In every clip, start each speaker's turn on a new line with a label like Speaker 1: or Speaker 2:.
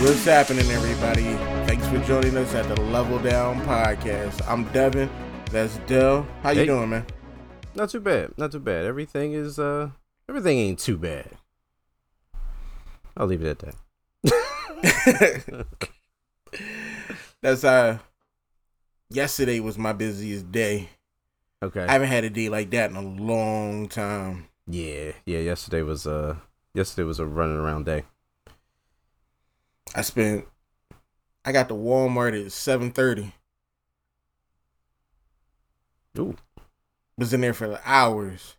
Speaker 1: What's happening, everybody? Thanks for joining us at the Level Down Podcast. I'm Devin. That's Dell. How you
Speaker 2: Hey.
Speaker 1: doing, man?
Speaker 2: Not too bad. Not too bad. Everything is uh everything ain't too bad. I'll leave it at that.
Speaker 1: That's uh yesterday was my busiest day.
Speaker 2: Okay.
Speaker 1: I haven't had a day like that in a long time.
Speaker 2: yeah. Yeah, yesterday was uh yesterday was a running around day.
Speaker 1: I spent I got to Walmart at seven thirty.
Speaker 2: Ooh.
Speaker 1: Was in there for hours.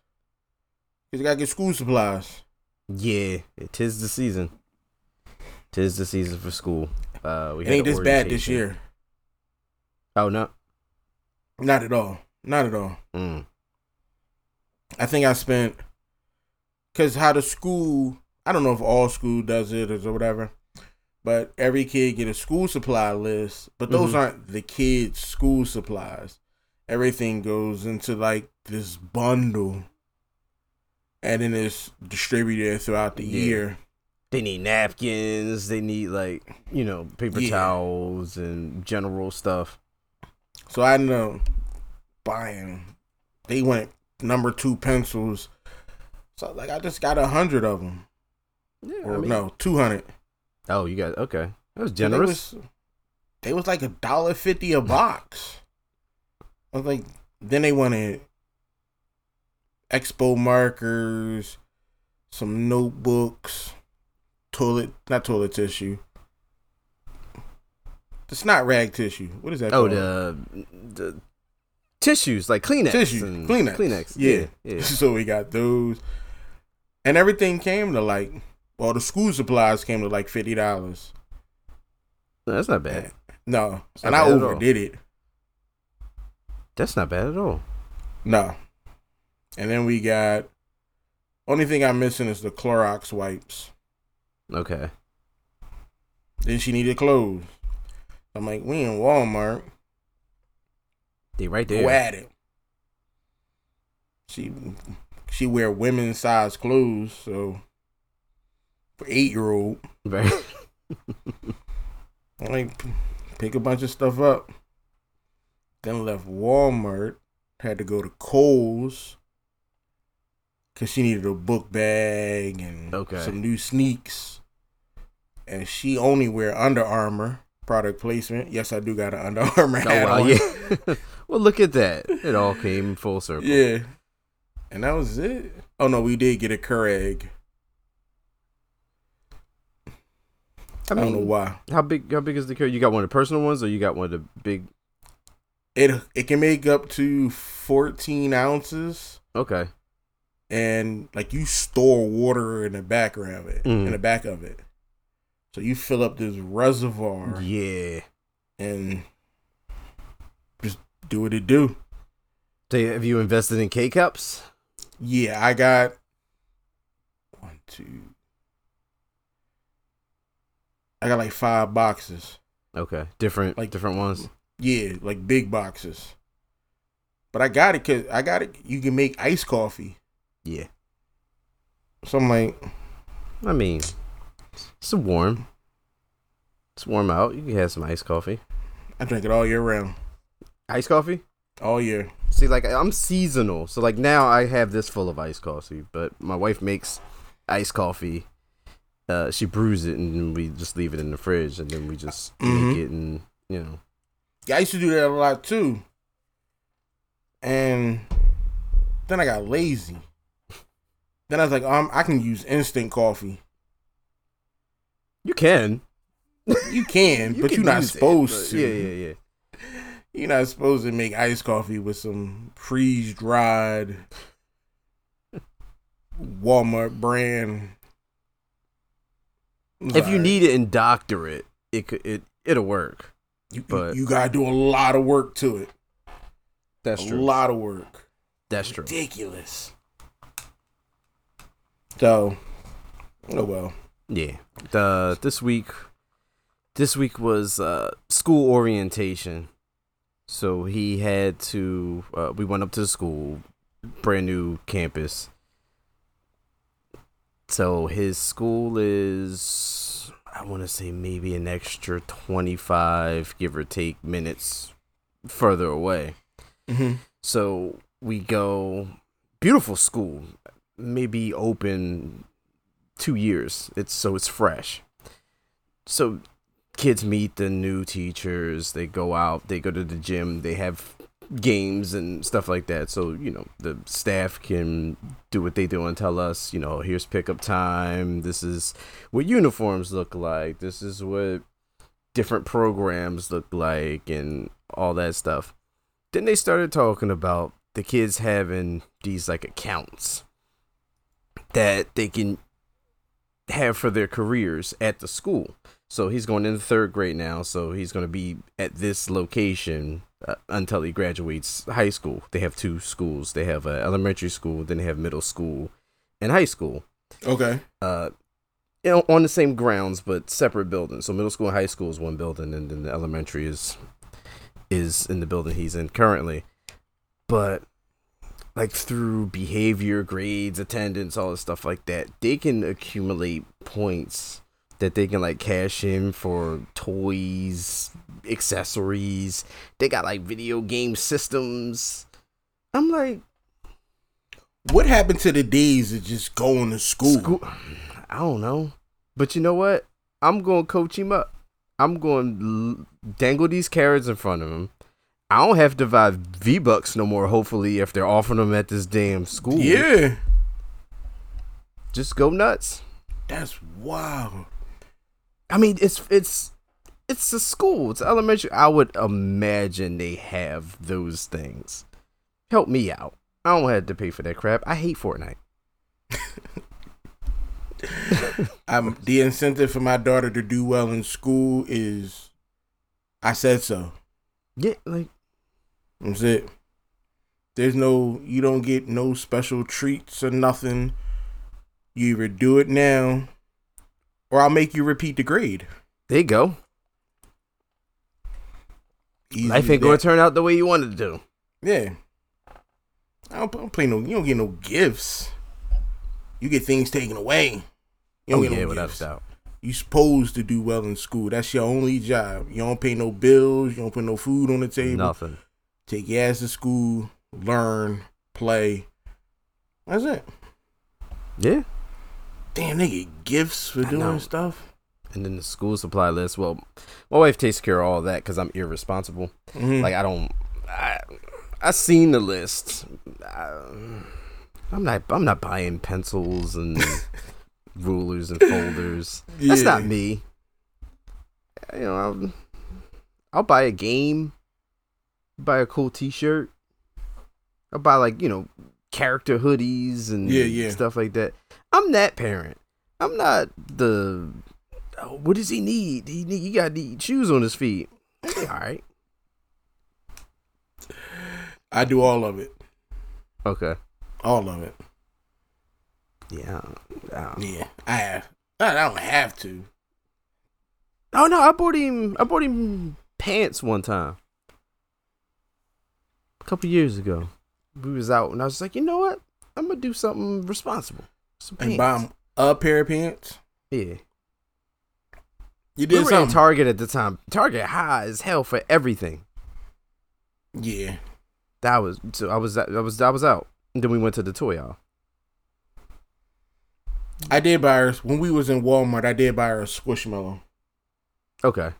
Speaker 1: Cause you gotta get school supplies.
Speaker 2: Yeah, it is the season. Tis the season for school. Uh we
Speaker 1: It
Speaker 2: had
Speaker 1: ain't
Speaker 2: an
Speaker 1: this bad this
Speaker 2: orientation.
Speaker 1: year.
Speaker 2: Oh no.
Speaker 1: Not at all. Not at all.
Speaker 2: Mm.
Speaker 1: I think I spent because how the school I don't know if all school does it or whatever, but every kid get a school supply list, but those
Speaker 2: Mhm.
Speaker 1: aren't the kids' school supplies. Everything goes into like this bundle, and then it's distributed throughout the
Speaker 2: Yeah.
Speaker 1: year.
Speaker 2: They need napkins, they need like, you know, paper
Speaker 1: Yeah.
Speaker 2: towels and general stuff.
Speaker 1: So I ended up buying. They went number two pencils, so like I just got a hundred of them,
Speaker 2: Yeah, I
Speaker 1: or
Speaker 2: mean-
Speaker 1: no, two hundred.
Speaker 2: Oh, you got okay. That was
Speaker 1: So
Speaker 2: generous.
Speaker 1: They was, they was like a dollar fifty a box. I was like, then they wanted expo markers, some notebooks, toilet not toilet tissue. It's not rag tissue. What is that?
Speaker 2: Oh,
Speaker 1: called?
Speaker 2: the, the tissues like Kleenex,
Speaker 1: tissue,
Speaker 2: and-
Speaker 1: Kleenex,
Speaker 2: Kleenex.
Speaker 1: Yeah,
Speaker 2: yeah. yeah.
Speaker 1: so we got those, and everything came to like, all the school supplies came to like fifty dollars.
Speaker 2: No, that's not bad.
Speaker 1: No,
Speaker 2: It's
Speaker 1: and
Speaker 2: not
Speaker 1: I
Speaker 2: bad at all.
Speaker 1: overdid it.
Speaker 2: That's not bad at all.
Speaker 1: No. And then we got only thing I'm missing is the Clorox wipes.
Speaker 2: Okay.
Speaker 1: Then she needed clothes. I'm like, we in Walmart.
Speaker 2: They right there.
Speaker 1: Go at it. She she wear women's size clothes, so for eight year old.
Speaker 2: Right.
Speaker 1: I'm like p- pick a bunch of stuff up. Then left Walmart. Had to go to Kohl's. Cause she needed a book bag and
Speaker 2: Okay.
Speaker 1: some new sneaks. And she only wear Under Armour product placement. Yes, I do got an Under Armour
Speaker 2: oh
Speaker 1: hat
Speaker 2: wow.
Speaker 1: on.
Speaker 2: Yeah. well, look at that. It all came full circle.
Speaker 1: Yeah. And that was it. Oh no, we did get a Keurig. I,
Speaker 2: I mean,
Speaker 1: don't know why.
Speaker 2: how big? How big is the curve? You got one of the personal ones, or you got one of the big?
Speaker 1: It it can make up to fourteen ounces.
Speaker 2: Okay.
Speaker 1: and like you store water in the background of it,
Speaker 2: Mm.
Speaker 1: in the back of it. So you fill up this reservoir
Speaker 2: Mm. Yeah.
Speaker 1: and just do what it do.
Speaker 2: So have you invested in K cups?
Speaker 1: Yeah, I got one, two. I got like five boxes.
Speaker 2: Okay. Different.
Speaker 1: Like-
Speaker 2: Like different ones.
Speaker 1: Yeah, like big boxes. But I got it because I got it. You can make iced coffee.
Speaker 2: Yeah.
Speaker 1: So I'm like,
Speaker 2: I mean, it's warm. It's warm out. You can have some iced coffee.
Speaker 1: I drink it all year round,
Speaker 2: Iced coffee.
Speaker 1: all year.
Speaker 2: See, like I'm seasonal, so like now I have this full of iced coffee. But my wife makes iced coffee. Uh, she brews it, and then we just leave it in the fridge, and then we just
Speaker 1: Mhm.
Speaker 2: make it, and you know,
Speaker 1: Yeah, I used to do that a lot too. And then I got lazy. Then I was like, um, I can use instant coffee.
Speaker 2: you can,
Speaker 1: You can, but
Speaker 2: can
Speaker 1: you're not
Speaker 2: use it,
Speaker 1: supposed to.
Speaker 2: but- Yeah, yeah, yeah.
Speaker 1: You're not supposed to make iced coffee with some freeze dried Walmart brand.
Speaker 2: If you need it and doctor it, it could, it it'll work.
Speaker 1: you,
Speaker 2: but-
Speaker 1: you gotta do a lot of work to it.
Speaker 2: That's
Speaker 1: a lot of work.
Speaker 2: That's true.
Speaker 1: Ridiculous. So, oh well.
Speaker 2: Yeah. The this week this week was uh school orientation. So he had to uh, we went up to the school, brand new campus. So his school is I want to say maybe an extra 25, give or take, minutes further away.
Speaker 1: Mm-hmm.
Speaker 2: So we go, beautiful school, maybe open two years. It's so it's fresh. So kids meet the new teachers. They go out. They go to the gym. They have games and stuff like that. So you know the staff can do what they do and tell us. You know, here's pickup time. This is what uniforms look like. This is what different programs look like, and all that stuff. Then they started talking about the kids having these like accounts that they can have for their careers at the school. So he's going into third grade now. So he's going to be at this location uh, until he graduates high school. They have two schools. They have uh, elementary school, then they have middle school and high school.
Speaker 1: Okay.
Speaker 2: Uh, you know, on the same grounds but separate buildings. So middle school and high school is one building, and then the elementary is is in the building he's in currently. But like through behavior, grades, attendance, all this stuff like that, they can accumulate points that they can like cash in for toys, accessories. They got like video game systems. I'm like
Speaker 1: What happened to the days of just going to school?
Speaker 2: school. I don't know, but you know what? I'm going to coach him up. I'm going to dangle these carrots in front of him. I don't have to buy V Bucks no more. Hopefully, if they're offering them at this damn school,
Speaker 1: Yeah,
Speaker 2: just go nuts.
Speaker 1: that's wild.
Speaker 2: I mean, it's it's it's a school. It's elementary. I would imagine they have those things. Help me out. I don't have to pay for that crap. I hate Fortnite.
Speaker 1: I'm, the incentive for my daughter to do well in school is, I said so.
Speaker 2: Yeah, like
Speaker 1: That's it. There's no, you don't get no special treats or nothing. You either do it now, or I'll make you repeat the grade.
Speaker 2: there you go.
Speaker 1: Easy
Speaker 2: Life
Speaker 1: as
Speaker 2: ain't gonna
Speaker 1: that.
Speaker 2: turn out the way you wanted to do.
Speaker 1: Yeah. I don't, I don't play no. You don't get no gifts. You get things taken away. You don't
Speaker 2: Oh
Speaker 1: get
Speaker 2: yeah,
Speaker 1: no
Speaker 2: without a
Speaker 1: gifts.
Speaker 2: doubt.
Speaker 1: You supposed to do well in school. That's your only job. You don't pay no bills. You don't put no food on the table.
Speaker 2: Nothing.
Speaker 1: Take your ass to school. Learn. Play. That's it.
Speaker 2: Yeah.
Speaker 1: Damn, they get gifts for
Speaker 2: I know.
Speaker 1: doing stuff.
Speaker 2: And then the school supply list. Well, my wife takes care of all that because I'm irresponsible.
Speaker 1: Mhm.
Speaker 2: Like I don't. I I seen the list. I, I'm not. I'm not buying pencils and rulers and folders. That's not
Speaker 1: Yeah.
Speaker 2: me. You know, I'll, I'll buy a game, buy a cool T-shirt. I'll buy like you know character hoodies and
Speaker 1: Yeah, yeah.
Speaker 2: stuff like that. I'm that parent. I'm not the. "Oh, what does he need? He need. He got need shoes on his feet. All right.
Speaker 1: I do all of it.
Speaker 2: Okay.
Speaker 1: All of it.
Speaker 2: Yeah. Um,
Speaker 1: Yeah, I have. I don't have to.
Speaker 2: Oh no, I bought him. I bought him pants one time, a couple years ago. We was out, and I was like, you know what? I'm gonna do something responsible. Some pants.
Speaker 1: And buy 'em a pair of pants.
Speaker 2: yeah.
Speaker 1: You
Speaker 2: We
Speaker 1: did
Speaker 2: were in
Speaker 1: something.
Speaker 2: Target at the time. Target high as hell for everything.
Speaker 1: yeah.
Speaker 2: That was so. I was. I was. I was out. And then we went to the toy aisle.
Speaker 1: I did buy her when we was in Walmart. I did buy her a squishmallow.
Speaker 2: Okay.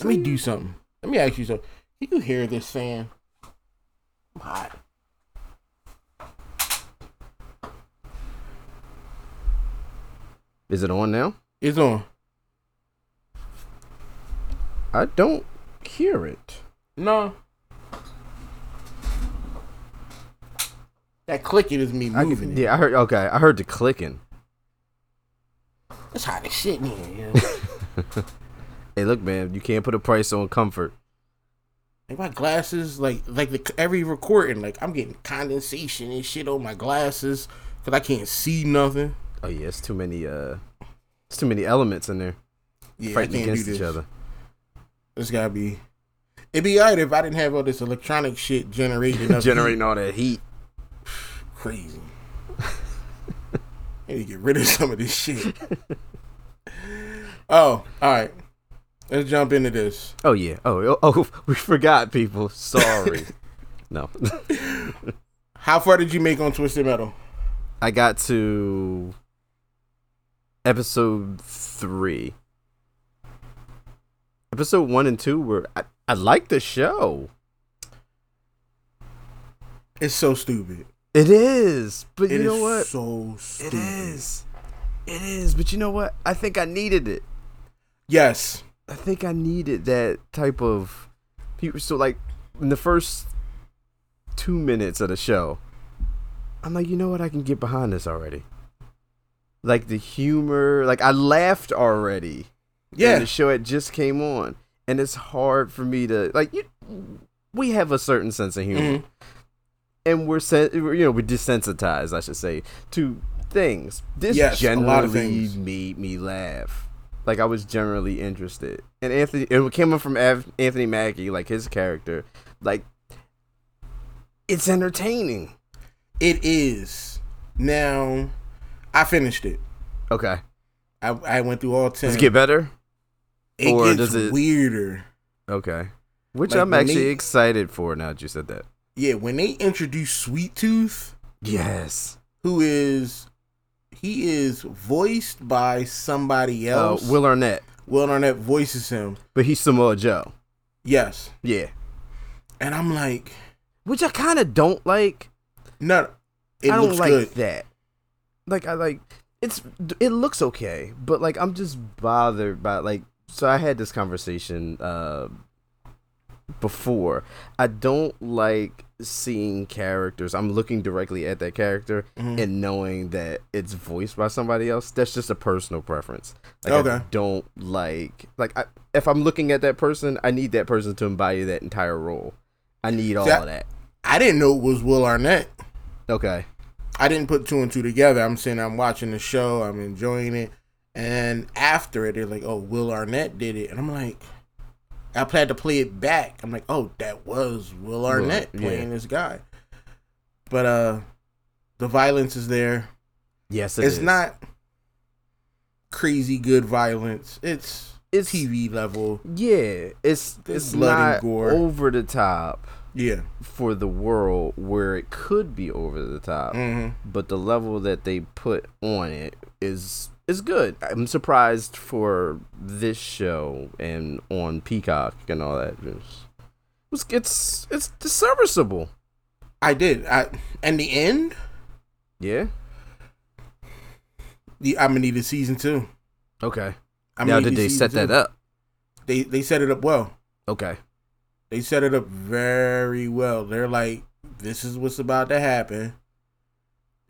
Speaker 1: Let me
Speaker 2: Mm.
Speaker 1: do something. Let me ask you something. Can you hear this fan? I'm hot.
Speaker 2: Is it on now?
Speaker 1: It's on.
Speaker 2: I don't hear it.
Speaker 1: No. That clicking is me
Speaker 2: I,
Speaker 1: moving. it.
Speaker 2: yeah, I heard. Okay, I heard the clicking.
Speaker 1: It's hot as shit in here. Yo.
Speaker 2: Hey, look, man, you can't put a price on comfort.
Speaker 1: like my glasses, like like the every recording, like I'm getting condensation and shit on my glasses because I can't see nothing.
Speaker 2: Oh yeah, it's too many. Uh, it's too many elements in there.
Speaker 1: Yeah, I
Speaker 2: fighting
Speaker 1: can't
Speaker 2: against
Speaker 1: do this.
Speaker 2: each other.
Speaker 1: It's gotta be. It'd be alright if I didn't have all this electronic shit generating up.
Speaker 2: Generating all that heat.
Speaker 1: crazy. I need to get rid of some of this shit. Oh, all right. Let's jump into this.
Speaker 2: Oh yeah. Oh oh, we forgot people. Sorry. no.
Speaker 1: How far did you make on Twisted Metal?
Speaker 2: I got to episode 3. Episode 1 and 2 were I, I like the show.
Speaker 1: It's so stupid.
Speaker 2: It is. But
Speaker 1: It
Speaker 2: you
Speaker 1: is
Speaker 2: know what?
Speaker 1: so
Speaker 2: It
Speaker 1: stupid.
Speaker 2: is. It is. But you know what? I think I needed it.
Speaker 1: Yes.
Speaker 2: I think I needed that type of. people- So like in the first two minutes of the show, I'm like, you know what? I can get behind this already. Like the humor, like I laughed already. when
Speaker 1: Yeah.
Speaker 2: the show had just came on, and it's hard for me to like. You, we have a certain sense of humor
Speaker 1: Mhm.
Speaker 2: and we're sen- we're, you know we're desensitized, I should say, to things. This
Speaker 1: Yes, a
Speaker 2: generally
Speaker 1: lot of things.
Speaker 2: made me laugh. Like I was generally interested, and Anthony it came up from Av- Anthony Mackie, like his character, like it's entertaining.
Speaker 1: It is. Now, I finished it.
Speaker 2: Okay,
Speaker 1: I, I went through all 10.
Speaker 2: does it get better?
Speaker 1: It
Speaker 2: or
Speaker 1: gets
Speaker 2: does it-
Speaker 1: weirder.
Speaker 2: Okay, which
Speaker 1: Like,
Speaker 2: I'm
Speaker 1: when
Speaker 2: actually
Speaker 1: they-
Speaker 2: excited for now. That you said that.
Speaker 1: Yeah, when they introduce Sweet Tooth,
Speaker 2: Yes.
Speaker 1: who is. He is voiced by somebody
Speaker 2: Uh,
Speaker 1: else.
Speaker 2: Will Arnett,
Speaker 1: Will Arnett voices him.
Speaker 2: but he's Samoa Joe.
Speaker 1: Yes.
Speaker 2: Yeah,
Speaker 1: And I'm like,
Speaker 2: which I kind of don't like.
Speaker 1: no, it
Speaker 2: I don't
Speaker 1: looks
Speaker 2: like
Speaker 1: good.
Speaker 2: that. Like I like it's it looks okay, but like I'm just bothered by like so I had this conversation uh before. I don't like seeing characters. I'm looking directly at that character
Speaker 1: Mhm.
Speaker 2: and knowing that it's voiced by somebody else. That's just a personal preference. Like I
Speaker 1: Okay.
Speaker 2: don't like like I, if I'm looking at that person, I need that person to embody that entire role. I need all
Speaker 1: I-
Speaker 2: of that.
Speaker 1: I didn't know it was Will Arnett.
Speaker 2: Okay.
Speaker 1: I didn't put two and two together. I'm saying I'm watching the show, I'm enjoying it, and after it, they're like, "Oh, Will Arnett did it," and I'm like, I had to play it back. I'm like, "Oh, that was Will Arnett
Speaker 2: yeah.
Speaker 1: playing this guy," but uh, the violence is there.
Speaker 2: Yes, it
Speaker 1: It's
Speaker 2: is.
Speaker 1: not crazy good violence. It's
Speaker 2: It's-
Speaker 1: TV level.
Speaker 2: Yeah, it's
Speaker 1: There's
Speaker 2: it's
Speaker 1: blood and
Speaker 2: not
Speaker 1: gore.
Speaker 2: over the top
Speaker 1: Yeah.
Speaker 2: for the world where it could be over the top,
Speaker 1: hmm
Speaker 2: but the level that they put on it is is good. I'm surprised for this show and on Peacock and all that. It's it's it's, it's serviceable.
Speaker 1: I did. I and the end.
Speaker 2: Yeah.
Speaker 1: The I'm gonna need a season two.
Speaker 2: Okay.
Speaker 1: I'm
Speaker 2: now did they set that up?
Speaker 1: They they set it up well.
Speaker 2: Okay.
Speaker 1: they set it up very well. They're like, this is what's about to happen.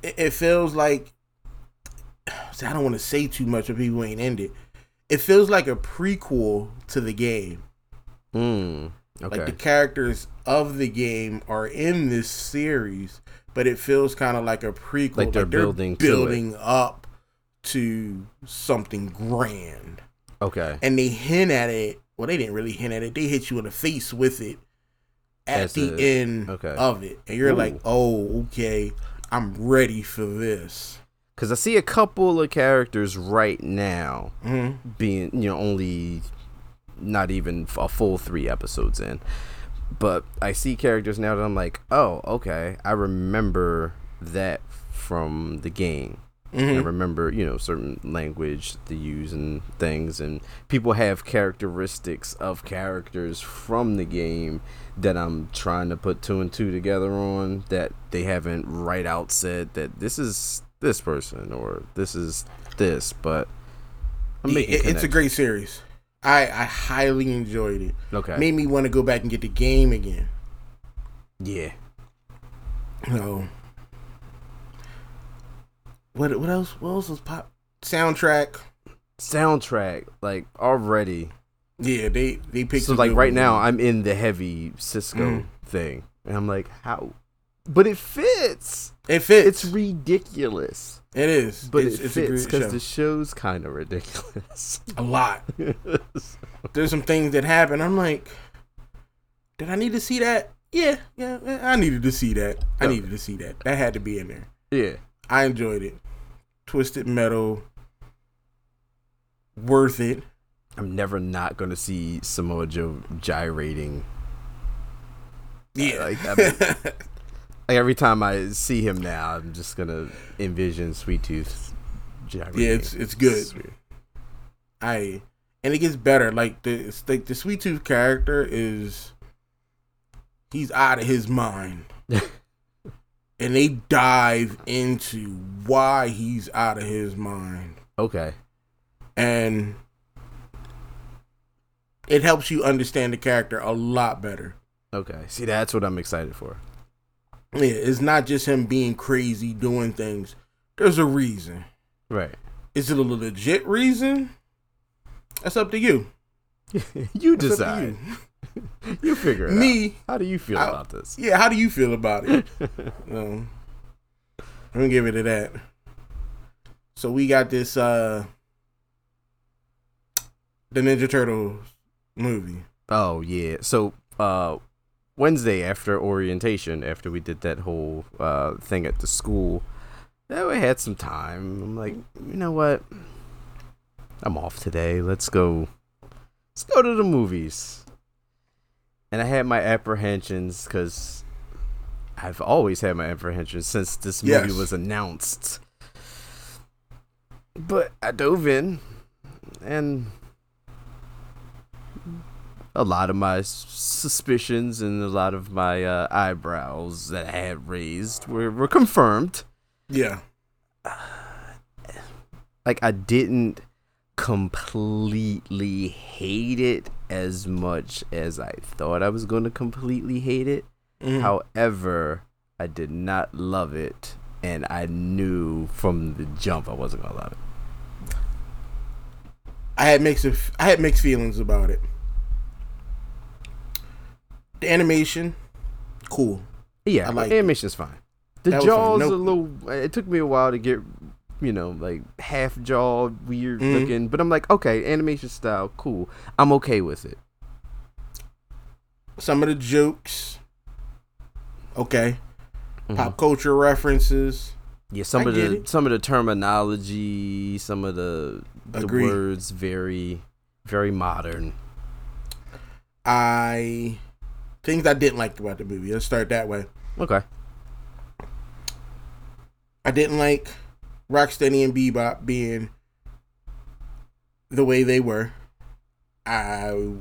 Speaker 1: It, it feels like see, I don't want to say too much if people ain't ended. It feels like a prequel to the game.
Speaker 2: Mm. Okay.
Speaker 1: Like the characters of the game are in this series, but it feels kind of like a prequel.
Speaker 2: Like they're building to it.
Speaker 1: building up to something grand
Speaker 2: okay.
Speaker 1: and they hint at it. Well, they didn't really hint at it. They hit you in the face with it at
Speaker 2: As
Speaker 1: the
Speaker 2: a-
Speaker 1: end
Speaker 2: okay.
Speaker 1: of it, and you're
Speaker 2: Ooh.
Speaker 1: like, "Oh, okay, I'm ready for this."
Speaker 2: Cuz I see a couple of characters right now
Speaker 1: Mhm.
Speaker 2: being you know only not even a full three episodes in but i see characters now that i'm like oh okay i remember that from the game i
Speaker 1: Mhm.
Speaker 2: remember you know certain language they use and things and people have characteristics of characters from the game that i'm trying to put two and two together on that they haven't right out said that this is this person or this is this but i'm
Speaker 1: Yeah,
Speaker 2: making
Speaker 1: it- it's a great series. I I highly enjoyed it.
Speaker 2: Okay.
Speaker 1: Made me want to go back and get the game again.
Speaker 2: Yeah.
Speaker 1: So, what what else? What else was pop soundtrack?
Speaker 2: Soundtrack, like already.
Speaker 1: Yeah, they they picked
Speaker 2: So
Speaker 1: some
Speaker 2: like
Speaker 1: good
Speaker 2: right
Speaker 1: ones.
Speaker 2: now I'm in the heavy Cisco
Speaker 1: Mm.
Speaker 2: thing. And I'm like, how but it fits.
Speaker 1: It fits.
Speaker 2: It's ridiculous.
Speaker 1: it is.
Speaker 2: But
Speaker 1: it's,
Speaker 2: it
Speaker 1: it's a
Speaker 2: fits
Speaker 1: great
Speaker 2: because
Speaker 1: show.
Speaker 2: the show's kind of ridiculous.
Speaker 1: a lot. there's some things that happen. I'm like, did I need to see that? Yeah, yeah, yeah, I needed to see that. I
Speaker 2: Okay.
Speaker 1: needed to see that. That had to be in there.
Speaker 2: yeah.
Speaker 1: I enjoyed it. Twisted Metal, worth it.
Speaker 2: I'm never not gonna see Samoa Joe gyrating.
Speaker 1: Yeah.
Speaker 2: Like, I mean- Like every time I see him now, I'm just gonna envision Sweet Tooth gyrating.
Speaker 1: yeah, it's it's good.
Speaker 2: It's weird.
Speaker 1: I and it gets better. Like the it's like the Sweet Tooth character is he's out of his mind. and they dive into why he's out of his mind.
Speaker 2: Okay.
Speaker 1: And it helps you understand the character a lot better.
Speaker 2: Okay. See, that's what I'm excited for.
Speaker 1: Yeah, it's not just him being crazy doing things. There's a reason.
Speaker 2: Right.
Speaker 1: Is it a legit reason? That's up to you.
Speaker 2: you
Speaker 1: That's up to
Speaker 2: decide. You. figure it out.
Speaker 1: Me,
Speaker 2: How do you feel
Speaker 1: I-
Speaker 2: about this?
Speaker 1: yeah. How do you feel about it? Um, I'm gonna give it to that. So we got this uh the Ninja Turtles movie.
Speaker 2: Oh yeah. So uh Wednesday after orientation, after we did that whole uh thing at the school, yeah, we had some time. I'm like, you know what? I'm off today. Let's go let's go to the movies. And I had my apprehensions because I've always had my apprehensions since this movie
Speaker 1: Yes.
Speaker 2: was announced. But I dove in and a lot of my s- suspicions and a lot of my uh, eyebrows that I had raised were, were confirmed.
Speaker 1: Yeah.
Speaker 2: Like, I didn't completely hate it as much as I thought I was going to completely hate it.
Speaker 1: Mhm.
Speaker 2: However, I did not love it, and I knew from the jump I wasn't going to love it.
Speaker 1: I had mixed I had mixed feelings about it. The animation, cool.
Speaker 2: Yeah,
Speaker 1: I liked it.
Speaker 2: animation's fine. The
Speaker 1: That was
Speaker 2: jaws
Speaker 1: fine.
Speaker 2: a
Speaker 1: No-
Speaker 2: little. It took me a while to get, you know, like half jaw weird
Speaker 1: Mhm.
Speaker 2: looking. But I'm like, okay, animation style, cool. I'm okay with it.
Speaker 1: Some of the jokes, okay.
Speaker 2: Mhm.
Speaker 1: Pop culture references,
Speaker 2: Yeah, some
Speaker 1: I
Speaker 2: of
Speaker 1: get
Speaker 2: the
Speaker 1: it.
Speaker 2: some of the terminology, some of the the
Speaker 1: Agreed.
Speaker 2: words very very modern.
Speaker 1: I things I didn't like about the movie. Let's start that way.
Speaker 2: Okay.
Speaker 1: I didn't like Rocksteady and Bebop being the way they were. I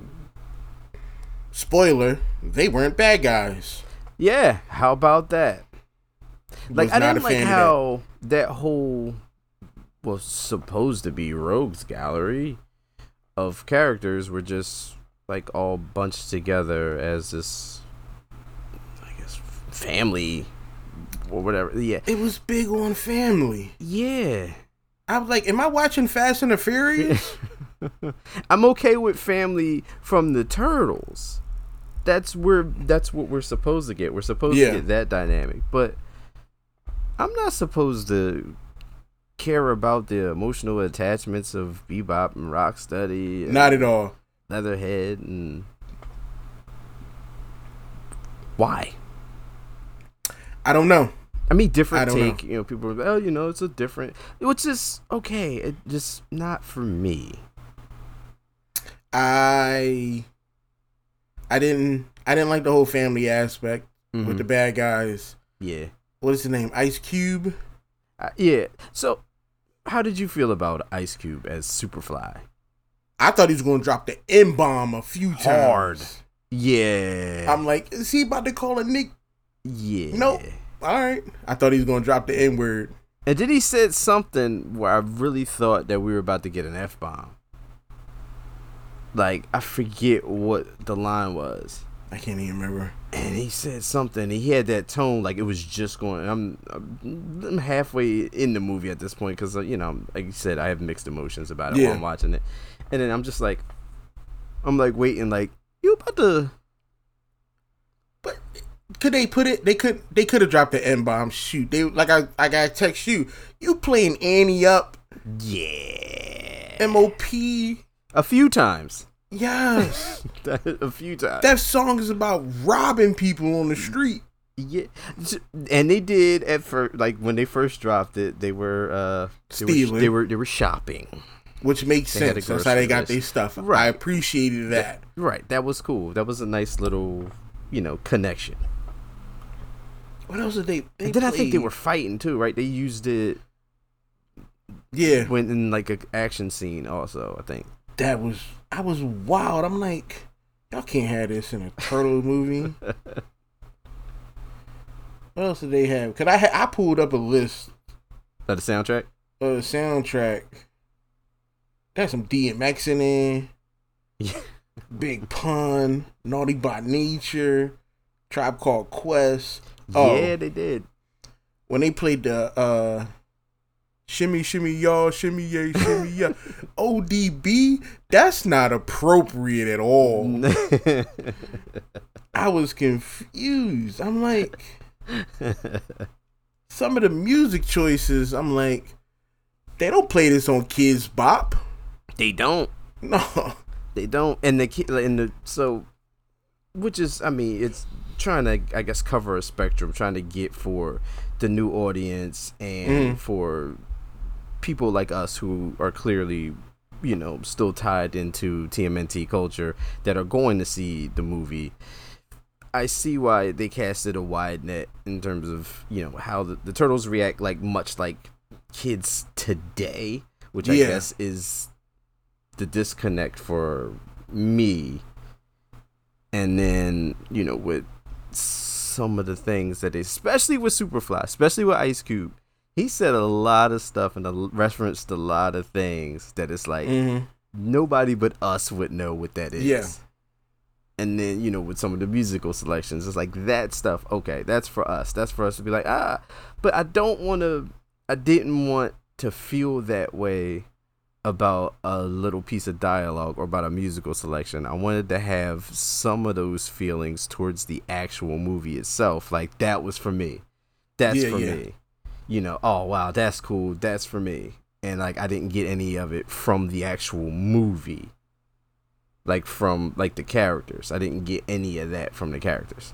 Speaker 1: spoiler, they weren't bad guys.
Speaker 2: Yeah, how about that? Like
Speaker 1: Was
Speaker 2: I
Speaker 1: not
Speaker 2: didn't
Speaker 1: a
Speaker 2: like
Speaker 1: fan of that.
Speaker 2: how that. whole was supposed to be rogues gallery of characters were just like all bunched together as this I guess family or whatever. Yeah.
Speaker 1: it was big on family.
Speaker 2: Yeah.
Speaker 1: I was like, am I watching Fast and the Furious?
Speaker 2: I'm okay with family from the turtles. That's where that's what we're supposed to get. We're supposed
Speaker 1: Yeah.
Speaker 2: to get that dynamic, but I'm not supposed to care about the emotional attachments of Bebop and Rocksteady and
Speaker 1: Not at all.
Speaker 2: Leatherhead and why?
Speaker 1: I don't know.
Speaker 2: I mean,
Speaker 1: I
Speaker 2: different
Speaker 1: don't
Speaker 2: take. You know, people are like, oh, you know, it's a different. Which is okay. It just not for me.
Speaker 1: I I didn't I didn't like the whole family aspect with
Speaker 2: Mhm.
Speaker 1: the bad guys.
Speaker 2: yeah.
Speaker 1: What is his name? Ice Cube.
Speaker 2: Uh, yeah. So, how did you feel about Ice Cube as Superfly?
Speaker 1: I thought he was gonna drop the M bomb a few times.
Speaker 2: Hard. Yeah.
Speaker 1: I'm like, is he about to call a Nick?
Speaker 2: yeah.
Speaker 1: Nope. All right. I thought he was gonna drop the N word.
Speaker 2: And then he said something where I really thought that we were about to get an F bomb. Like I forget what the line was,
Speaker 1: I can't even remember.
Speaker 2: and he said something. He had that tone like it was just going. I'm I'm I'm halfway in the movie at this point because you know, like you said, I have mixed emotions about it
Speaker 1: Yeah.
Speaker 2: while I'm watching it, and then I'm just like, I'm like waiting, like you about to
Speaker 1: But could they put it? They could. They could have dropped the N bomb. Shoot. They like I. Like I text you. You playing Annie up?
Speaker 2: Yeah.
Speaker 1: MOP.
Speaker 2: A few times.
Speaker 1: Yes.
Speaker 2: a few times.
Speaker 1: that song is about robbing people on the street.
Speaker 2: yeah. And they did at first like when they first dropped it, they were uh they were,
Speaker 1: Stealing.
Speaker 2: they were they were shopping.
Speaker 1: which makes
Speaker 2: They had
Speaker 1: sense.
Speaker 2: a
Speaker 1: That's how they
Speaker 2: grocery
Speaker 1: got
Speaker 2: list.
Speaker 1: their stuff. I
Speaker 2: Right.
Speaker 1: appreciated that.
Speaker 2: Right. That was cool. That was a nice little, you know, connection.
Speaker 1: What else did they? they
Speaker 2: And then I think they
Speaker 1: played?
Speaker 2: were fighting too, right? They used it
Speaker 1: Yeah,
Speaker 2: when in like a action scene also, I think.
Speaker 1: that was. I was wild. I'm like, y'all can't have this in a turtle movie. What else did they have? Cause I ha- I pulled up a list
Speaker 2: Uh, the soundtrack.
Speaker 1: of the soundtrack. There's some DMX in there.
Speaker 2: Yeah.
Speaker 1: Big Pun, Naughty by Nature, Tribe Called Quest. Oh.
Speaker 2: Yeah, they did.
Speaker 1: when they played the uh shimmy shimmy y'all shimmy yay shimmy yeah odb that's not appropriate at all i was confused i'm like some of the music choices i'm like they don't play this on kids bop
Speaker 2: they don't.
Speaker 1: no
Speaker 2: They don't. And the ki- and the so, which is I mean, it's trying to I guess cover a spectrum, trying to get for the new audience and for people like us who are clearly you know still tied into TMNT culture that are going to see the movie. I see why they casted a wide net in terms of you know how the, the turtles react like much like kids today, which I
Speaker 1: Yeah.
Speaker 2: guess is the disconnect for me. And then you know with some of the things that they, especially with Superfly, especially with Ice Cube, he said a lot of stuff and a- referenced a lot of things that it's like
Speaker 1: mm-hmm.
Speaker 2: nobody but us would know what that is.
Speaker 1: Yeah.
Speaker 2: And then, you know, with some of the musical selections, it's like that stuff, okay, that's for us. That's for us to be like, ah, but I don't want to, I didn't want to feel that way about a little piece of dialogue or about a musical selection. I wanted to have some of those feelings towards the actual movie itself. Like, that was for me. That's
Speaker 1: Yeah,
Speaker 2: for
Speaker 1: yeah.
Speaker 2: me. You know, oh, wow, that's cool. That's for me and like I didn't get any of it from the actual movie. Like from like the characters. I didn't get any of that from the characters.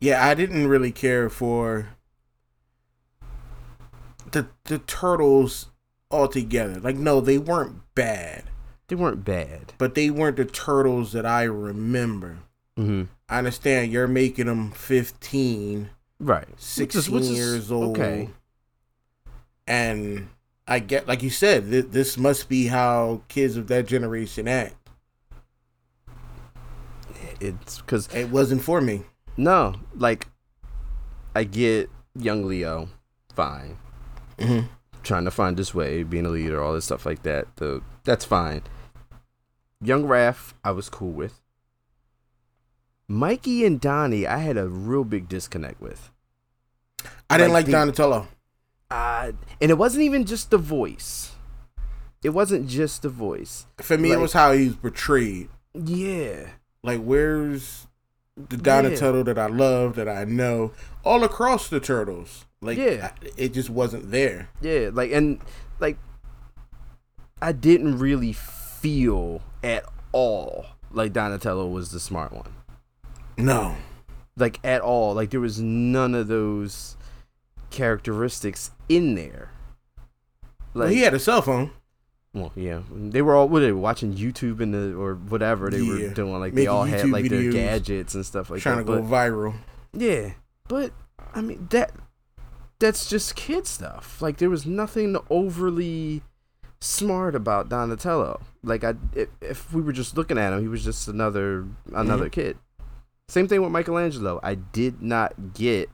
Speaker 1: yeah i didn't really care for the the turtles altogether like no they weren't bad
Speaker 2: They weren't bad.
Speaker 1: but they weren't the turtles that I remember.
Speaker 2: Mm-hmm.
Speaker 1: I understand you're making them 15,
Speaker 2: Right.
Speaker 1: 16 years old.
Speaker 2: Okay.
Speaker 1: And I get, like you said, th- this must be how kids of that generation act.
Speaker 2: It's because
Speaker 1: It wasn't for me.
Speaker 2: no, like I get young Leo, fine. Mm-hmm.
Speaker 1: Mhm.
Speaker 2: Trying to find his way, being a leader, all this stuff like that. The that's fine. Young Raph, I was cool with. Mikey and Donnie, I had a real big disconnect with.
Speaker 1: I didn't like,
Speaker 2: Like
Speaker 1: Donatello.
Speaker 2: uh, and it wasn't even just the voice. It wasn't just the voice.
Speaker 1: For me,
Speaker 2: like-
Speaker 1: it was how he was portrayed.
Speaker 2: Yeah,
Speaker 1: Like, where's the
Speaker 2: Yeah.
Speaker 1: Donatello that I love, that I know, all across the turtles? Like,
Speaker 2: Yeah.
Speaker 1: I- it just wasn't there.
Speaker 2: yeah. Like and like, I didn't really feel at all like Donatello was the smart one.
Speaker 1: No.
Speaker 2: Like at all. Like there was none of those characteristics in there.
Speaker 1: Well, he had a cell phone.
Speaker 2: Well, yeah, they were all what they were watching YouTube and the or whatever they
Speaker 1: Yeah.
Speaker 2: were doing. Like they
Speaker 1: Making
Speaker 2: all had
Speaker 1: YouTube
Speaker 2: like their
Speaker 1: videos,
Speaker 2: gadgets and stuff like
Speaker 1: trying
Speaker 2: that.
Speaker 1: to go
Speaker 2: but-
Speaker 1: viral.
Speaker 2: Yeah, but I mean that that's just kid stuff. Like there was nothing overly smart about Donatello. Like I if, if we were just looking at him, he was just another another
Speaker 1: Mm-hmm.
Speaker 2: kid. Same thing with Michelangelo. I did not get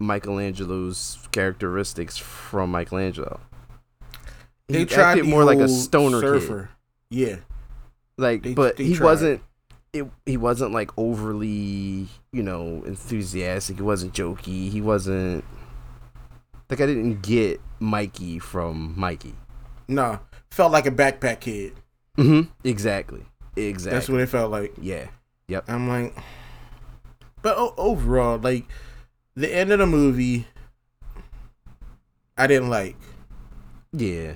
Speaker 2: Michelangelo's characteristics from Michelangelo.
Speaker 1: They
Speaker 2: he
Speaker 1: tried
Speaker 2: acted
Speaker 1: the
Speaker 2: more like a
Speaker 1: old
Speaker 2: stoner kid.
Speaker 1: surfer. Yeah,
Speaker 2: like
Speaker 1: They-
Speaker 2: but
Speaker 1: they
Speaker 2: he
Speaker 1: tried.
Speaker 2: wasn't it, he wasn't like overly you know enthusiastic he wasn't jokey he wasn't like i didn't get mikey from mikey
Speaker 1: nah, felt like a backpack kid.
Speaker 2: mm-hmm. exactly exactly
Speaker 1: That's what it felt like.
Speaker 2: yeah
Speaker 1: I'm like, but o- overall, like the end of the movie, I didn't like.
Speaker 2: yeah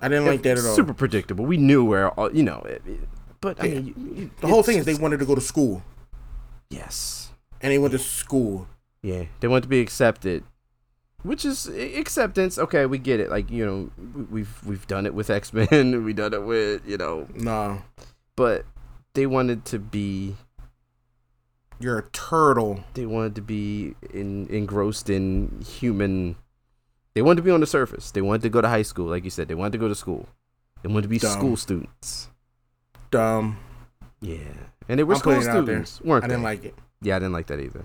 Speaker 1: I didn't like that at all.
Speaker 2: super predictable we knew where all you know it, it- but i
Speaker 1: Yeah.
Speaker 2: mean you- you-
Speaker 1: the whole
Speaker 2: it's-
Speaker 1: thing is they
Speaker 2: it's-
Speaker 1: wanted to go to school,
Speaker 2: yes
Speaker 1: and they went to school.
Speaker 2: yeah they want to be accepted which is a- acceptance. Okay, we get it. Like you know, we- we've we've done it with X Men. we done it with you know,
Speaker 1: Nah,
Speaker 2: but they wanted to be
Speaker 1: you're a turtle.
Speaker 2: they wanted to be in, engrossed in human. They wanted to be on the surface. They wanted to go to high school, like you said. They wanted to go to school. They wanted to be
Speaker 1: Dumb.
Speaker 2: school students.
Speaker 1: Dumb.
Speaker 2: Yeah, and they were
Speaker 1: I'm
Speaker 2: school
Speaker 1: putting it out there.
Speaker 2: students, weren't
Speaker 1: I
Speaker 2: they?
Speaker 1: didn't like it.
Speaker 2: yeah, I didn't like that either.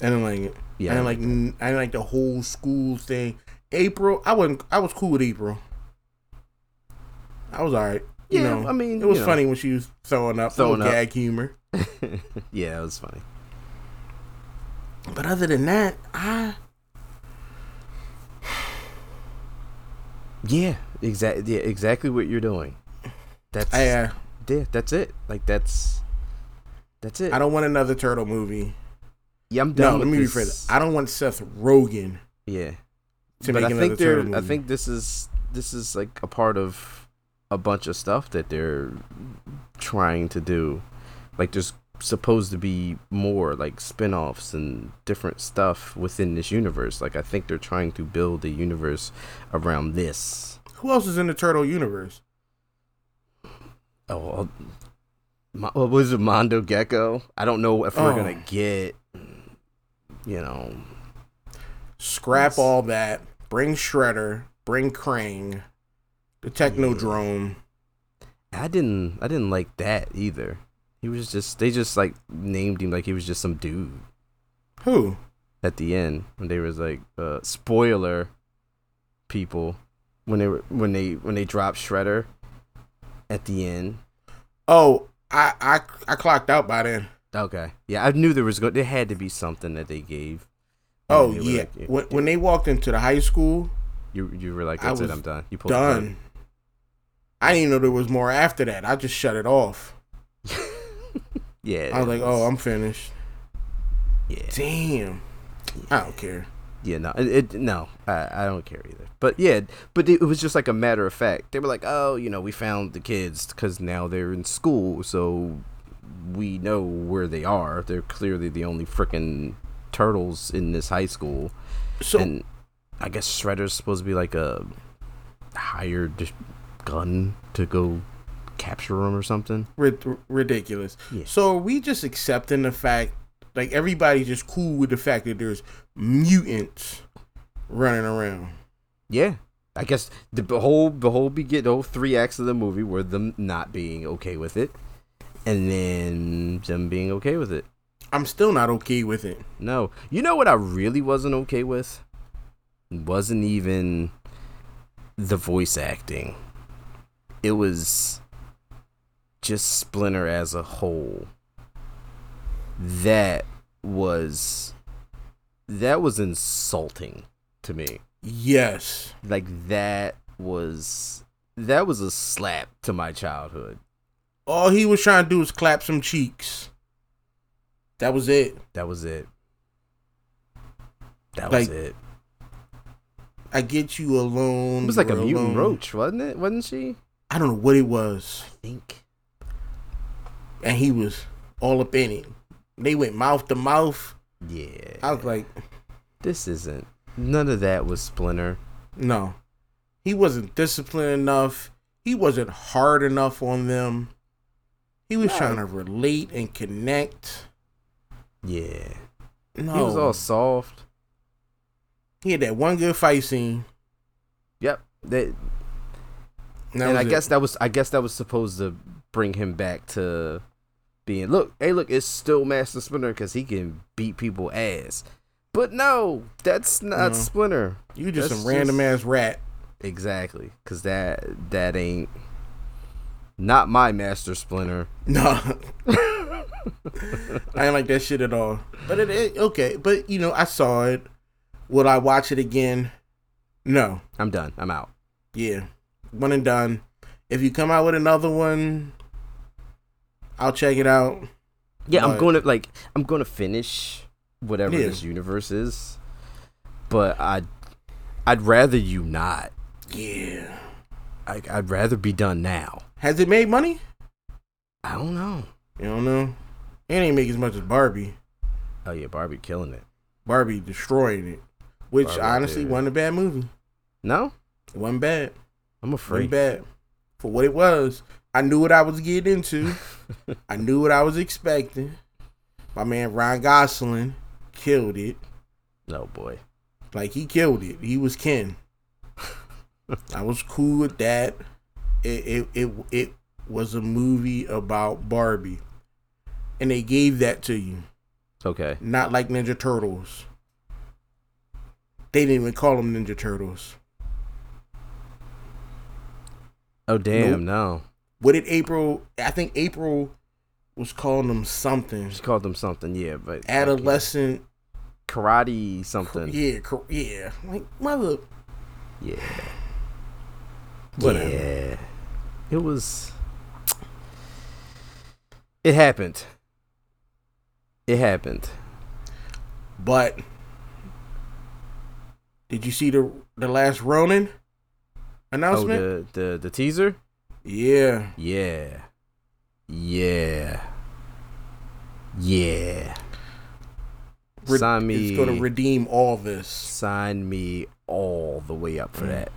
Speaker 1: I didn't like it.
Speaker 2: Yeah,
Speaker 1: I didn't like. n- I didn't like the whole school thing. April, I wasn't. I was cool with April. I was alright.
Speaker 2: Yeah,
Speaker 1: you know,
Speaker 2: I mean,
Speaker 1: it was
Speaker 2: you know.
Speaker 1: funny when she was throwing up,
Speaker 2: Throwing
Speaker 1: little
Speaker 2: up.
Speaker 1: gag humor.
Speaker 2: yeah, it was funny.
Speaker 1: But other than that, I
Speaker 2: Yeah, exactly. Yeah, exactly what you're doing. That's
Speaker 1: I uh,
Speaker 2: yeah, that's it. Like that's that's it.
Speaker 1: I don't want another turtle movie.
Speaker 2: yeah, I'm
Speaker 1: No,
Speaker 2: done.
Speaker 1: let me
Speaker 2: with this.
Speaker 1: rephrase. that. I don't want Seth Rogen
Speaker 2: yeah,
Speaker 1: to
Speaker 2: but
Speaker 1: make
Speaker 2: I
Speaker 1: another
Speaker 2: think they're.
Speaker 1: turtle movie.
Speaker 2: I think this is this is like a part of a bunch of stuff that they're trying to do. Like there's supposed to be more like spin-offs and different stuff within this universe. Like I think they're trying to build a universe around this.
Speaker 1: who else is in the turtle universe?
Speaker 2: Oh, well, Mo- what was it, Mondo Gecko? I don't know if we're
Speaker 1: Oh.
Speaker 2: gonna get, you know,
Speaker 1: Scrap
Speaker 2: Yes.
Speaker 1: all that. Bring Shredder. Bring Krang. The Technodrome.
Speaker 2: I didn't, I didn't like that either. He was just, they just like named him like he was just some dude
Speaker 1: Who?
Speaker 2: at the end when they was like, uh, spoiler, people, when they were when they when they dropped Shredder at the end.
Speaker 1: Oh, I I I clocked out by then.
Speaker 2: Okay, yeah, I knew there was going. There had to be something that they gave. And
Speaker 1: Oh
Speaker 2: they were
Speaker 1: yeah.
Speaker 2: like,
Speaker 1: When, when they walked into the high school,
Speaker 2: you you were like,
Speaker 1: I
Speaker 2: that's it,
Speaker 1: was
Speaker 2: I'm done. You pulled the plug.
Speaker 1: done. I didn't even know there was more after that. I just shut it off.
Speaker 2: Yeah,
Speaker 1: I was like, oh, I'm finished.
Speaker 2: yeah.
Speaker 1: Damn. I don't care.
Speaker 2: Yeah, no, it, it no, I, I don't care either. But yeah, but it, was just like a matter of fact. They were like, oh, you know, we found the kids because now they're in school, so we know where they are. They're clearly the only freaking turtles in this high school,
Speaker 1: So
Speaker 2: and I guess Shredder's supposed to be like a hired gun to go capture them or something.
Speaker 1: rid- ridiculous.
Speaker 2: Yeah.
Speaker 1: So are we just accepting the fact, like everybody's just cool with the fact that there's mutants running around.
Speaker 2: Yeah. I guess the b- whole the whole begin the whole three acts of the movie were them not being okay with it, and then them being okay with it.
Speaker 1: I'm still not okay with it.
Speaker 2: No, you know what I really wasn't okay with wasn't even the voice acting. It was just Splinter as a whole. That was that was insulting to me
Speaker 1: Yes.
Speaker 2: like that was that was a slap to my childhood.
Speaker 1: All he was trying to do was clap some cheeks. That was it.
Speaker 2: That was it. That was
Speaker 1: Like,
Speaker 2: it.
Speaker 1: I get you alone.
Speaker 2: It was like a
Speaker 1: we're
Speaker 2: mutant
Speaker 1: alone.
Speaker 2: roach, wasn't it? Wasn't she?
Speaker 1: I don't know what it was.
Speaker 2: I think.
Speaker 1: And he was all up in it. They went mouth to mouth.
Speaker 2: Yeah.
Speaker 1: I was like,
Speaker 2: this isn't. None of that was Splinter.
Speaker 1: no. He wasn't disciplined enough. He wasn't hard enough on them. He was
Speaker 2: No.
Speaker 1: trying to relate and connect.
Speaker 2: Yeah.
Speaker 1: No.
Speaker 2: He was all soft.
Speaker 1: He had that one good fight scene.
Speaker 2: Yep. That
Speaker 1: and that
Speaker 2: and I
Speaker 1: was it.
Speaker 2: guess that was I guess that was supposed to bring him back to being look, hey look, it's still Master Splinter because he can beat people ass. But no, that's not
Speaker 1: No.
Speaker 2: Splinter.
Speaker 1: you just
Speaker 2: that's
Speaker 1: some random
Speaker 2: just-
Speaker 1: ass rat.
Speaker 2: Exactly, cause that that ain't not my Master Splinter.
Speaker 1: No. I ain't like that shit at all. But it, it okay. But you know, I saw it. Will I watch it again? No.
Speaker 2: I'm done. I'm out.
Speaker 1: Yeah. One and done. If you come out with another one, I'll check it out.
Speaker 2: Yeah, I'm
Speaker 1: Right.
Speaker 2: going to like I'm going to finish whatever
Speaker 1: Yeah.
Speaker 2: this universe is, but I I'd rather you not.
Speaker 1: Yeah.
Speaker 2: I, I'd rather be done now.
Speaker 1: Has it made money?
Speaker 2: I don't know.
Speaker 1: You don't know. It ain't make as much as Barbie.
Speaker 2: Oh yeah, Barbie killing it.
Speaker 1: Barbie destroying it. Which
Speaker 2: Barbara
Speaker 1: honestly
Speaker 2: did.
Speaker 1: wasn't a bad movie.
Speaker 2: No,
Speaker 1: It wasn't bad.
Speaker 2: I'm
Speaker 1: Wasn't
Speaker 2: afraid.
Speaker 1: bad. For what it was. I knew what I was getting into. I knew what I was expecting. My man Ryan Gosling killed it.
Speaker 2: No Oh, boy.
Speaker 1: Like he killed it. He was Ken. I was cool with that. It it it, it was a movie about Barbie. And they gave that to you.
Speaker 2: Okay.
Speaker 1: Not like Ninja Turtles. They didn't even call them Ninja Turtles.
Speaker 2: Oh damn, no.
Speaker 1: What did April I think April was calling them something.
Speaker 2: She called them something. Yeah, but like,
Speaker 1: Adolescent
Speaker 2: karate something. Yeah.
Speaker 1: Yeah, cor- yeah. Like mother
Speaker 2: Yeah.
Speaker 1: Whatever.
Speaker 2: It was. It happened. It happened.
Speaker 1: But did you see the the last Ronin
Speaker 2: Oh,
Speaker 1: announcement?
Speaker 2: the, the the teaser.
Speaker 1: yeah,
Speaker 2: Yeah. Yeah. Yeah.
Speaker 1: Re-
Speaker 2: sign me.
Speaker 1: it's gonna redeem all this.
Speaker 2: sign me all the way up for that.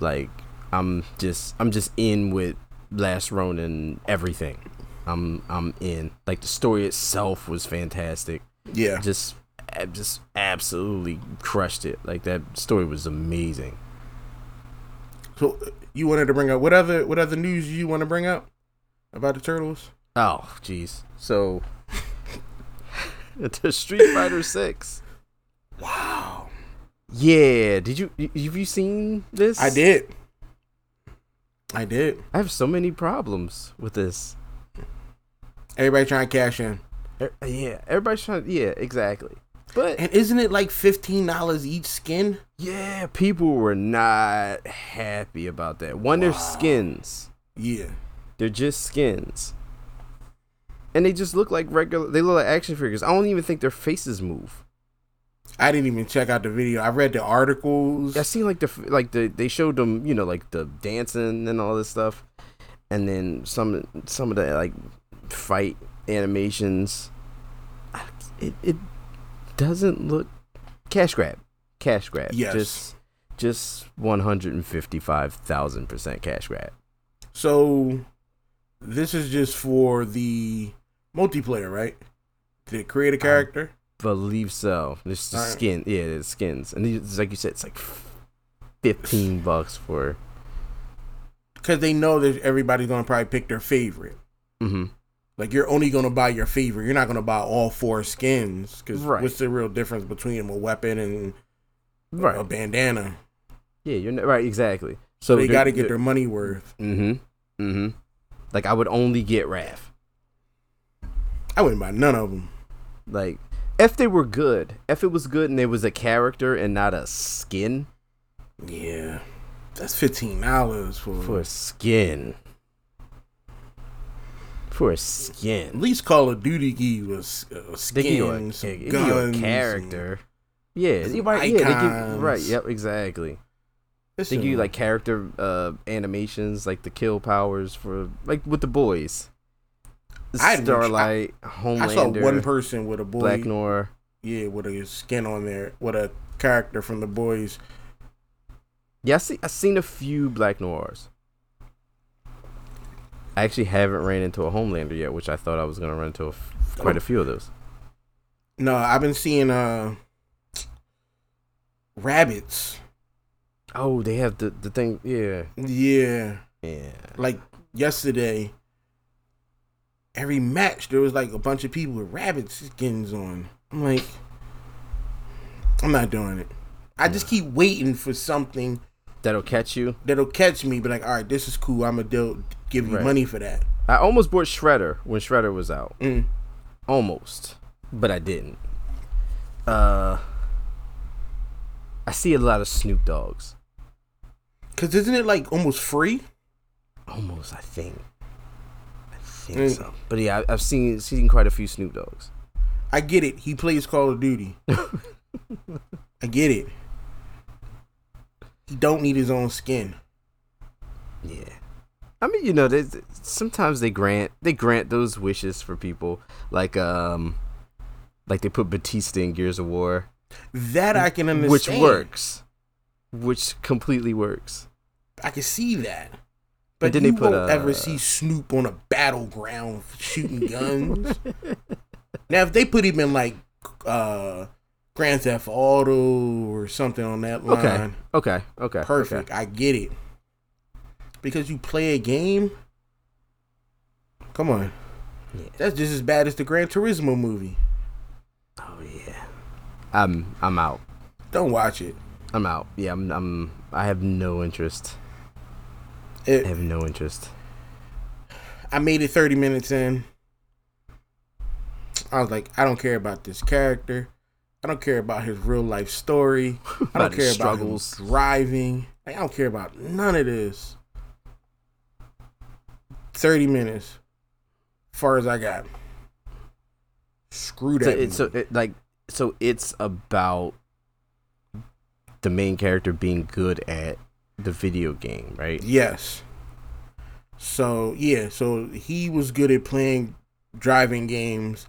Speaker 2: Like I'm just I'm just in with Last Ronin everything. I'm I'm in. Like the story itself was fantastic.
Speaker 1: Yeah,
Speaker 2: Just ab- just absolutely crushed it. Like that story was amazing.
Speaker 1: So uh, you wanted to bring up what other what other news you want to bring up about the turtles?
Speaker 2: Oh, jeez. So the Street Fighter 6.
Speaker 1: Wow,
Speaker 2: Yeah, did you y- have you seen this?
Speaker 1: I did. I did.
Speaker 2: I have so many problems with this.
Speaker 1: Everybody trying to cash in,
Speaker 2: Er- Yeah, everybody's trying. Yeah, exactly. But
Speaker 1: and isn't it like fifteen dollars each skin?
Speaker 2: yeah, people were not happy about that. One, they're skins.
Speaker 1: Yeah,
Speaker 2: They're just skins, and they just look like regular. They look like action figures. I don't even think their faces move.
Speaker 1: I didn't even check out the video. I read the articles.
Speaker 2: I seen like the f- like the they showed them you know like the dancing and all this stuff, and then some some of the like fight animations. I- It it doesn't look cash grab, cash grab.
Speaker 1: Yes.
Speaker 2: just just one hundred and fifty five thousand percent cash grab.
Speaker 1: So this is just for the multiplayer, right? To create a character.
Speaker 2: Believe so. This the
Speaker 1: Alright.
Speaker 2: skin, yeah, the skins, and it's like you said, it's like fifteen bucks for.
Speaker 1: because they know that everybody's gonna probably pick their favorite. Mm-hmm.
Speaker 2: hmm
Speaker 1: Like you're only gonna buy your favorite. You're not gonna buy all four skins because
Speaker 2: Right.
Speaker 1: what's the real difference between a weapon and a
Speaker 2: Right.
Speaker 1: bandana?
Speaker 2: Yeah, you're n- right. Exactly. So
Speaker 1: So they
Speaker 2: they're-
Speaker 1: got to get
Speaker 2: they're-
Speaker 1: their money worth.
Speaker 2: Mm-hmm. Mm-hmm. Like I would only get Raph.
Speaker 1: I wouldn't buy none of them.
Speaker 2: Like if they were good, if it was good and there was a character and not a skin
Speaker 1: Yeah, that's fifteen dollars for,
Speaker 2: for a skin. For a
Speaker 1: at
Speaker 2: skin.
Speaker 1: least Call of Duty give us uh,
Speaker 2: They give you a,
Speaker 1: skins,
Speaker 2: they give
Speaker 1: some
Speaker 2: you a
Speaker 1: guns, and-
Speaker 2: character. Yeah,
Speaker 1: some
Speaker 2: you might- yeah, they give, right.
Speaker 1: icons.
Speaker 2: Yep, exactly.
Speaker 1: This
Speaker 2: They give you
Speaker 1: shit-
Speaker 2: like character uh, animations, like the kill powers for like with the boys.
Speaker 1: I didn't- I-
Speaker 2: Starlight, Homelander,
Speaker 1: I saw one person with a boy.
Speaker 2: Black Noir.
Speaker 1: yeah, with a skin on there, with a character from the boys.
Speaker 2: Yeah, I see. I seen a few Black Noirs. I actually haven't ran into a Homelander yet, which I thought I was gonna run into a f- quite a few of those.
Speaker 1: No, I've been seeing uh rabbits.
Speaker 2: Oh, they have the the thing. Yeah,
Speaker 1: Yeah,
Speaker 2: yeah.
Speaker 1: like yesterday, every match there was like a bunch of people with rabbit skins on. I'm like, I'm not doing it. I just keep waiting for something
Speaker 2: That'll catch you.
Speaker 1: that'll catch me. Be like, all right, this is cool. I'm gonna give you
Speaker 2: Right.
Speaker 1: money for that.
Speaker 2: I almost bought Shredder when Shredder was out.
Speaker 1: Mm.
Speaker 2: Almost, but I didn't. Uh, I see a lot of Snoop Dogs.
Speaker 1: Cause isn't it like almost free?
Speaker 2: Almost, I think. I think
Speaker 1: Mm.
Speaker 2: so. But yeah, I, I've seen seen quite a few Snoop Dogs.
Speaker 1: I get it. He plays Call of Duty. I get it. He don't need his own skin.
Speaker 2: Yeah. I mean, you know, they, sometimes they grant they grant those wishes for people, like um, like they put Batista in Gears of War.
Speaker 1: That I can understand.
Speaker 2: which works, which completely works.
Speaker 1: I can see that. But
Speaker 2: then
Speaker 1: you
Speaker 2: they put,
Speaker 1: won't ever
Speaker 2: uh,
Speaker 1: see Snoop on a battleground shooting guns. now, if they put him in like uh, Grand Theft Auto or something on that line,
Speaker 2: Okay, okay, okay, okay.
Speaker 1: perfect. I get it. Because you play a game. Come on,
Speaker 2: Yeah.
Speaker 1: that's just as bad as the Gran Turismo movie.
Speaker 2: Oh yeah, I'm I'm out.
Speaker 1: Don't watch it.
Speaker 2: I'm out. Yeah, I'm I'm I have no interest. I
Speaker 1: it
Speaker 2: have no interest.
Speaker 1: I made it thirty minutes in. I was like, I don't care about this character. I don't care about his real life story. I
Speaker 2: About
Speaker 1: don't
Speaker 2: his
Speaker 1: care about him
Speaker 2: struggles.
Speaker 1: driving. Like, I don't care about none of this. 30 minutes. Far as I got. Screw
Speaker 2: So
Speaker 1: that.
Speaker 2: it's so it, like so it's about the main character being good at the video game, right?
Speaker 1: yes. So, yeah. So he was good at playing driving games.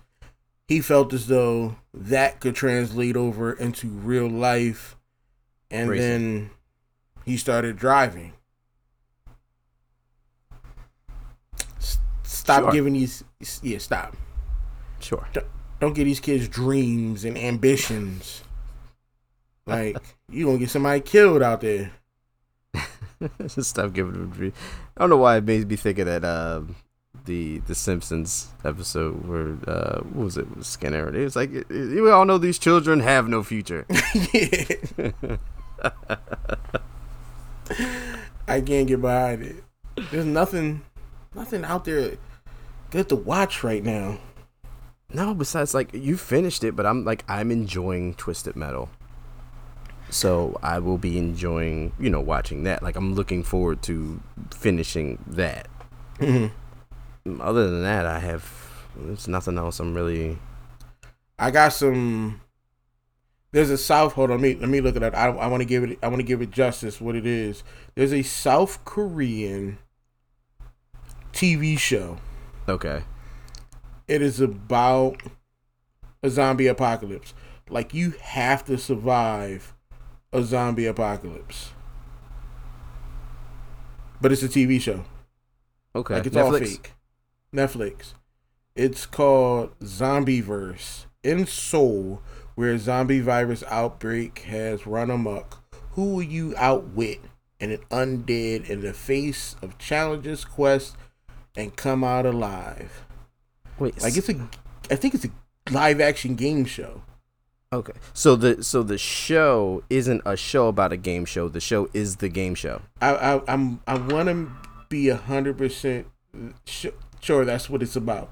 Speaker 1: He felt as though that could translate over into real life. And
Speaker 2: Racing.
Speaker 1: then he started driving. S- Stop
Speaker 2: Sure.
Speaker 1: giving these. s- Yeah, stop.
Speaker 2: Sure.
Speaker 1: Don't give these kids dreams and ambitions. Like, you going to get somebody killed out there.
Speaker 2: Stop giving him. dre- I don't know why it made me think of that. um the The Simpsons episode where uh, what was it? It was Skinner? And It was like "Y- y- we all know these children have no future.
Speaker 1: yeah. I can't get behind it. There's nothing, nothing out there good to watch right now.
Speaker 2: no, besides like you finished it, but I'm like I'm enjoying Twisted Metal. So I will be enjoying, you know, watching that. Like I'm looking forward to finishing that. Other than that, I have there's nothing else I'm really
Speaker 1: I got some. There's a South. Hold on, let me let me look it up. I, I want to give it. I want to give it justice. What it is. There's a South Korean TV show.
Speaker 2: okay.
Speaker 1: It is about a zombie apocalypse. Like you have to survive a zombie apocalypse. But it's a TV show.
Speaker 2: Okay.
Speaker 1: Like it's all fake. Netflix. It's called Zombieverse. In Seoul, where a zombie virus outbreak has run amok, who will you outwit and an undead in the face of challenges, quests, and come out alive?
Speaker 2: Wait,
Speaker 1: Like it's a, I think it's a live action game show.
Speaker 2: Okay. So the so the show isn't a show about a game show. The show is the game show.
Speaker 1: I I I'm, I want to be a hundred percent su- sure that's what it's about,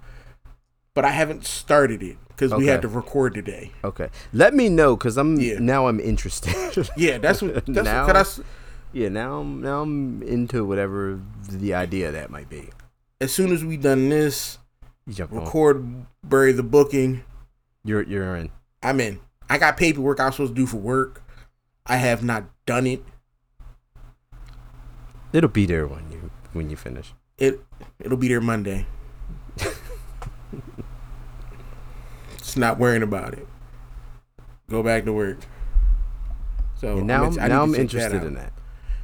Speaker 1: but I haven't started it because we had
Speaker 2: Okay.
Speaker 1: to record today.
Speaker 2: Okay. Let me know cuz I'm
Speaker 1: Yeah.
Speaker 2: now I'm interested.
Speaker 1: Yeah, that's what. That's
Speaker 2: Now-
Speaker 1: what, 'cause I s-
Speaker 2: yeah, now I'm now I'm into whatever the idea of that might be.
Speaker 1: as soon as we done this,
Speaker 2: You jump on.
Speaker 1: record, bury the booking.
Speaker 2: You're you're in.
Speaker 1: I'm in. I got paperwork I'm supposed to do for work. I have not done it.
Speaker 2: It'll be there when you when you finish.
Speaker 1: It it'll be there Monday. it's not worrying about it. Go back to work. So
Speaker 2: And now I'm,
Speaker 1: int- I need to
Speaker 2: now I'm
Speaker 1: check that
Speaker 2: interested
Speaker 1: out.
Speaker 2: in that.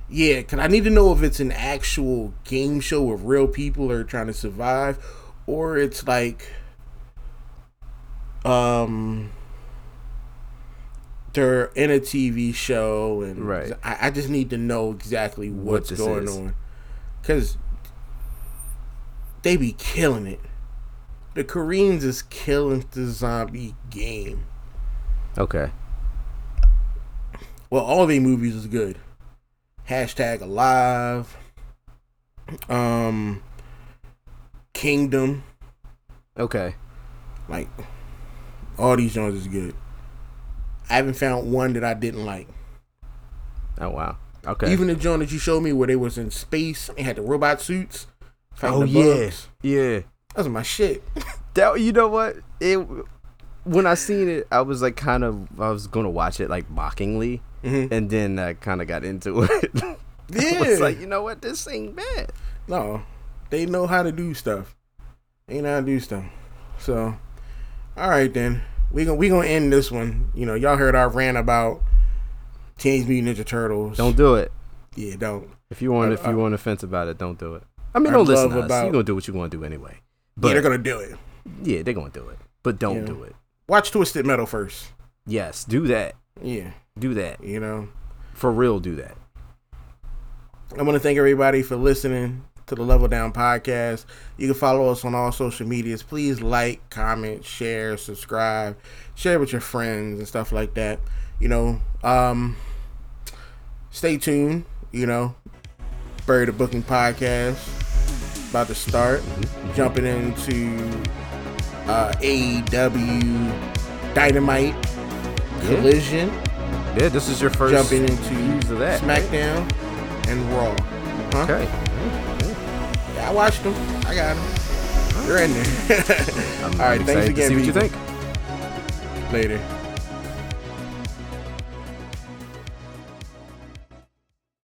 Speaker 1: Yeah, cause I need to know if it's an actual game show where real people are trying to survive, or it's like, um, they're in a TV show, and
Speaker 2: Right.
Speaker 1: I, I just need to know exactly
Speaker 2: What
Speaker 1: what's
Speaker 2: this
Speaker 1: going
Speaker 2: is.
Speaker 1: on, cause they be killing it. The Koreans is killing the zombie game.
Speaker 2: Okay.
Speaker 1: Well, all their movies is good. Hashtag Alive. Um, Kingdom.
Speaker 2: Okay.
Speaker 1: Like, all these joints is good. I haven't found one that I didn't like.
Speaker 2: Oh wow. Okay.
Speaker 1: Even the joint that you showed me where they was in space and had the robot suits. fighting
Speaker 2: oh
Speaker 1: the
Speaker 2: yeah.
Speaker 1: bugs,
Speaker 2: Yeah.
Speaker 1: That was my shit.
Speaker 2: That you know what? It when I seen it, I was like kind of I was going to watch it like mockingly.
Speaker 1: Mhm.
Speaker 2: and then I kind of got into it.
Speaker 1: Yeah.
Speaker 2: it's like you know what, this ain't bad.
Speaker 1: No, they know how to do stuff. They know how to do stuff. So, all right then. we gonna we gonna end this one. You know, y'all heard our rant about Teenage Mutant Ninja Turtles.
Speaker 2: Don't do it.
Speaker 1: yeah, don't.
Speaker 2: If you want,
Speaker 1: I-
Speaker 2: if you
Speaker 1: I-
Speaker 2: want offense about it, don't do it. I mean,
Speaker 1: I
Speaker 2: don't listen to
Speaker 1: love
Speaker 2: us.
Speaker 1: about-
Speaker 2: You're gonna do what you're gonna do anyway.
Speaker 1: yeah,
Speaker 2: But
Speaker 1: they're gonna do it.
Speaker 2: yeah, they're gonna do it. But don't
Speaker 1: Yeah.
Speaker 2: do it.
Speaker 1: Watch Twisted Metal first.
Speaker 2: Yes, do that.
Speaker 1: Yeah,
Speaker 2: Do that
Speaker 1: you know.
Speaker 2: for real. Do that.
Speaker 1: I want to thank everybody for listening to the Level Down podcast. You can follow us on all social medias. Please like, comment, share, subscribe, share with your friends and stuff like that. You know, um, stay tuned. You know, Bury the Booking podcast about to start. Jumping into uh, AEW Dynamite Collision.
Speaker 2: Yeah, this is your first
Speaker 1: Jumping into
Speaker 2: use of that.
Speaker 1: SmackDown and Raw. Huh?
Speaker 2: Okay.
Speaker 1: I watched them. I got them. You're in there.
Speaker 2: I'm,
Speaker 1: All right,
Speaker 2: I'm
Speaker 1: thanks
Speaker 2: excited
Speaker 1: again,
Speaker 2: to see what you
Speaker 1: people.
Speaker 2: think.
Speaker 1: Later.